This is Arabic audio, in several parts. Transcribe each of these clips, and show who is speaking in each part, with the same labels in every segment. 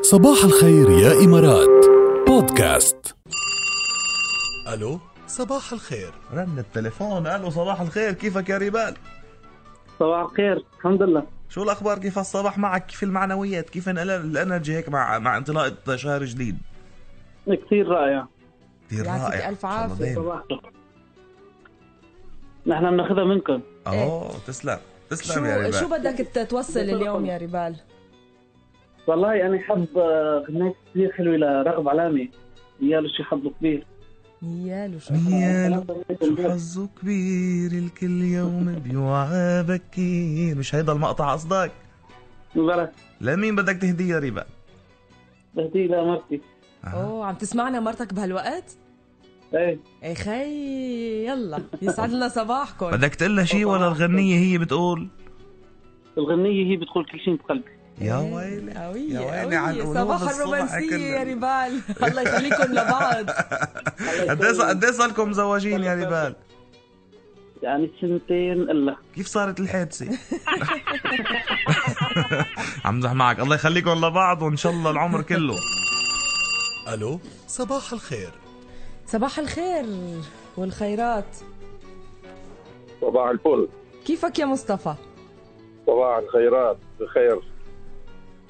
Speaker 1: صباح الخير يا إمارات بودكاست
Speaker 2: الو صباح الخير
Speaker 3: رن التليفون الو صباح الخير كيفك يا ريبال
Speaker 4: صباح الخير الحمد لله
Speaker 3: شو الاخبار كيف الصباح معك كيف المعنويات كيف الأن- الانرجي هيك مع مع انطلاق شهر جديد
Speaker 4: كثير رائع
Speaker 3: كثير
Speaker 5: يعطيك
Speaker 3: رائع
Speaker 5: ألف
Speaker 3: إن شاء الله
Speaker 5: عافية.
Speaker 3: دايم.
Speaker 4: صباحكم نحن بناخذها منكم
Speaker 3: اوه تسلم تسلم نعم يا
Speaker 5: شو شو
Speaker 3: ريبال
Speaker 5: بدك ت- توصل اليوم يا ريبال؟
Speaker 4: والله انا حب آه، غنيت كثير حلوه لرغب علامه يا له شي حظه كبير
Speaker 5: يا شو
Speaker 3: يا شو حظه كبير الكل يوم بيوعى بكير مش هيدا المقطع قصدك
Speaker 4: بلا
Speaker 3: لمين بدك تهديه يا ريبال
Speaker 4: بهديه لمرتي
Speaker 3: آه.
Speaker 5: اوه عم تسمعنا مرتك بهالوقت؟
Speaker 4: ايه
Speaker 5: يا خي يلا يسعد لنا صباحكم
Speaker 3: بدك تقول لها شيء ولا الغنية هي بتقول
Speaker 4: الغنيه هي بتقول كل شيء بقلبي
Speaker 5: إيه،
Speaker 3: يا ويلي
Speaker 5: قوية
Speaker 3: يا ويلي عن
Speaker 5: قوية
Speaker 3: قلوب
Speaker 5: صباح
Speaker 3: الصبح
Speaker 5: الرومانسية
Speaker 3: كلها.
Speaker 5: يا ريبال الله يخليكم لبعض
Speaker 3: قد ايه قد ايه صار لكم مزوجين يا ريبال
Speaker 4: يعني سنتين الا
Speaker 3: كيف صارت الحادثة؟ عمزح معك الله يخليكم لبعض وإن شاء الله العمر كله
Speaker 2: الو صباح الخير
Speaker 5: صباح الخير والخيرات
Speaker 6: صباح الفل
Speaker 5: كيفك يا مصطفى؟
Speaker 6: صباح الخيرات بخير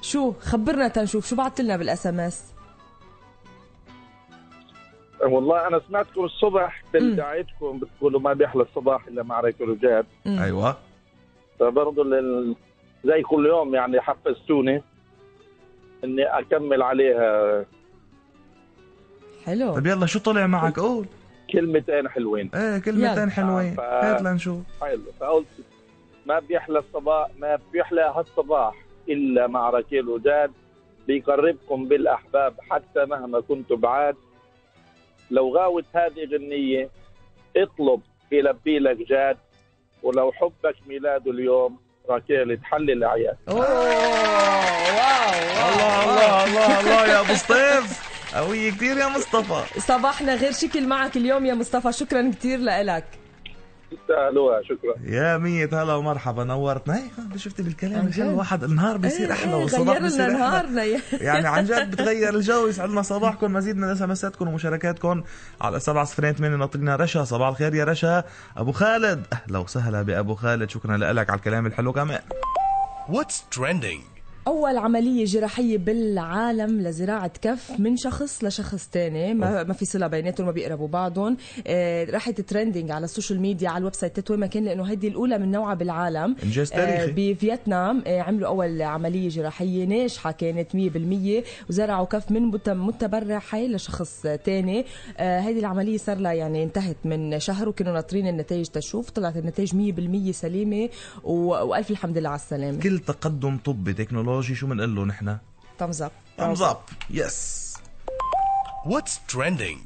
Speaker 5: شو خبرنا تنشوف شو بعت لنا بالاس ام اس؟
Speaker 6: والله انا سمعتكم الصبح بدعيتكم بتقولوا ما بيحلى الصباح الا مع رجال
Speaker 3: أيوة
Speaker 6: فبرضه لل... زي كل يوم يعني حفزتوني اني اكمل عليها
Speaker 5: حلو
Speaker 3: طب طيب يلا شو طلع معك قول
Speaker 6: كلمتين حلوين
Speaker 3: ايه كلمتين
Speaker 5: يلا.
Speaker 3: حلوين
Speaker 6: آه،
Speaker 3: هات لنشوف
Speaker 6: حلو فقلت ما بيحلى الصباح ما بيحلى هالصباح الا مع ركيل وجاد بيقربكم بالاحباب حتى مهما كنتوا بعاد لو غاوت هذه غنيه اطلب يلبي لك جاد ولو حبك ميلاده اليوم ركيل تحلي الاعياد
Speaker 5: اوه واو
Speaker 3: الله الله الله الله يا أبو سطيف قوية كتير يا مصطفى
Speaker 5: صباحنا غير شكل معك اليوم يا مصطفى شكرا كثير لك
Speaker 6: تستاهلوها شكرا
Speaker 3: يا مية هلا ومرحبا نورتنا هيك شفتي بالكلام
Speaker 5: عن
Speaker 3: الحلو
Speaker 5: جد. إيه،
Speaker 3: الواحد النهار بيصير أحلى والصباح
Speaker 5: غير لنا
Speaker 3: بيصير أحلى
Speaker 5: نهارنا يا
Speaker 3: يعني عن جد بتغير الجو يسعدنا صباحكم مزيد من اس ام اساتكم ومشاركاتكم على 708 ناطرينا رشا صباح الخير يا رشا ابو خالد اهلا وسهلا بابو خالد شكرا لك على الكلام الحلو كمان
Speaker 2: واتس تريندينج
Speaker 5: أول عملية جراحية بالعالم لزراعة كف من شخص لشخص تاني ما, ما في صلة بيناتهم ما بيقربوا بعضهم آه راحت ترندنج على السوشيال ميديا على الويب سايت تتوي مكان لأنه هيدي الأولى من نوعها بالعالم
Speaker 3: انجاز
Speaker 5: آه،
Speaker 3: تاريخي
Speaker 5: بفيتنام آه، عملوا اول عمليه جراحيه ناجحه كانت 100% وزرعوا كف من مت- متبرع حي لشخص آه، تاني آه، هيدي العمليه صار لها يعني انتهت من شهر وكانوا ناطرين النتائج تشوف طلعت النتائج 100% سليمه و- والف الحمد لله على السلامه
Speaker 3: كل تقدم طبي تكنولوجي شو بنقول له نحن؟
Speaker 5: thumbs up
Speaker 3: ثامز اب يس
Speaker 2: واتس تريندينج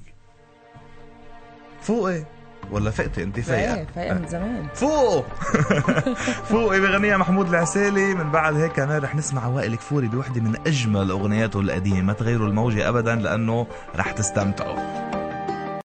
Speaker 3: فوقي ولا فقتي انت
Speaker 5: فايقة
Speaker 3: فايقه
Speaker 5: فايقة من زمان
Speaker 3: فوق فوق بغنيها محمود العسالي من بعد هيك كمان رح نسمع وائل كفوري بوحده من اجمل اغنياته القديمه ما تغيروا الموجه ابدا لانه رح تستمتعوا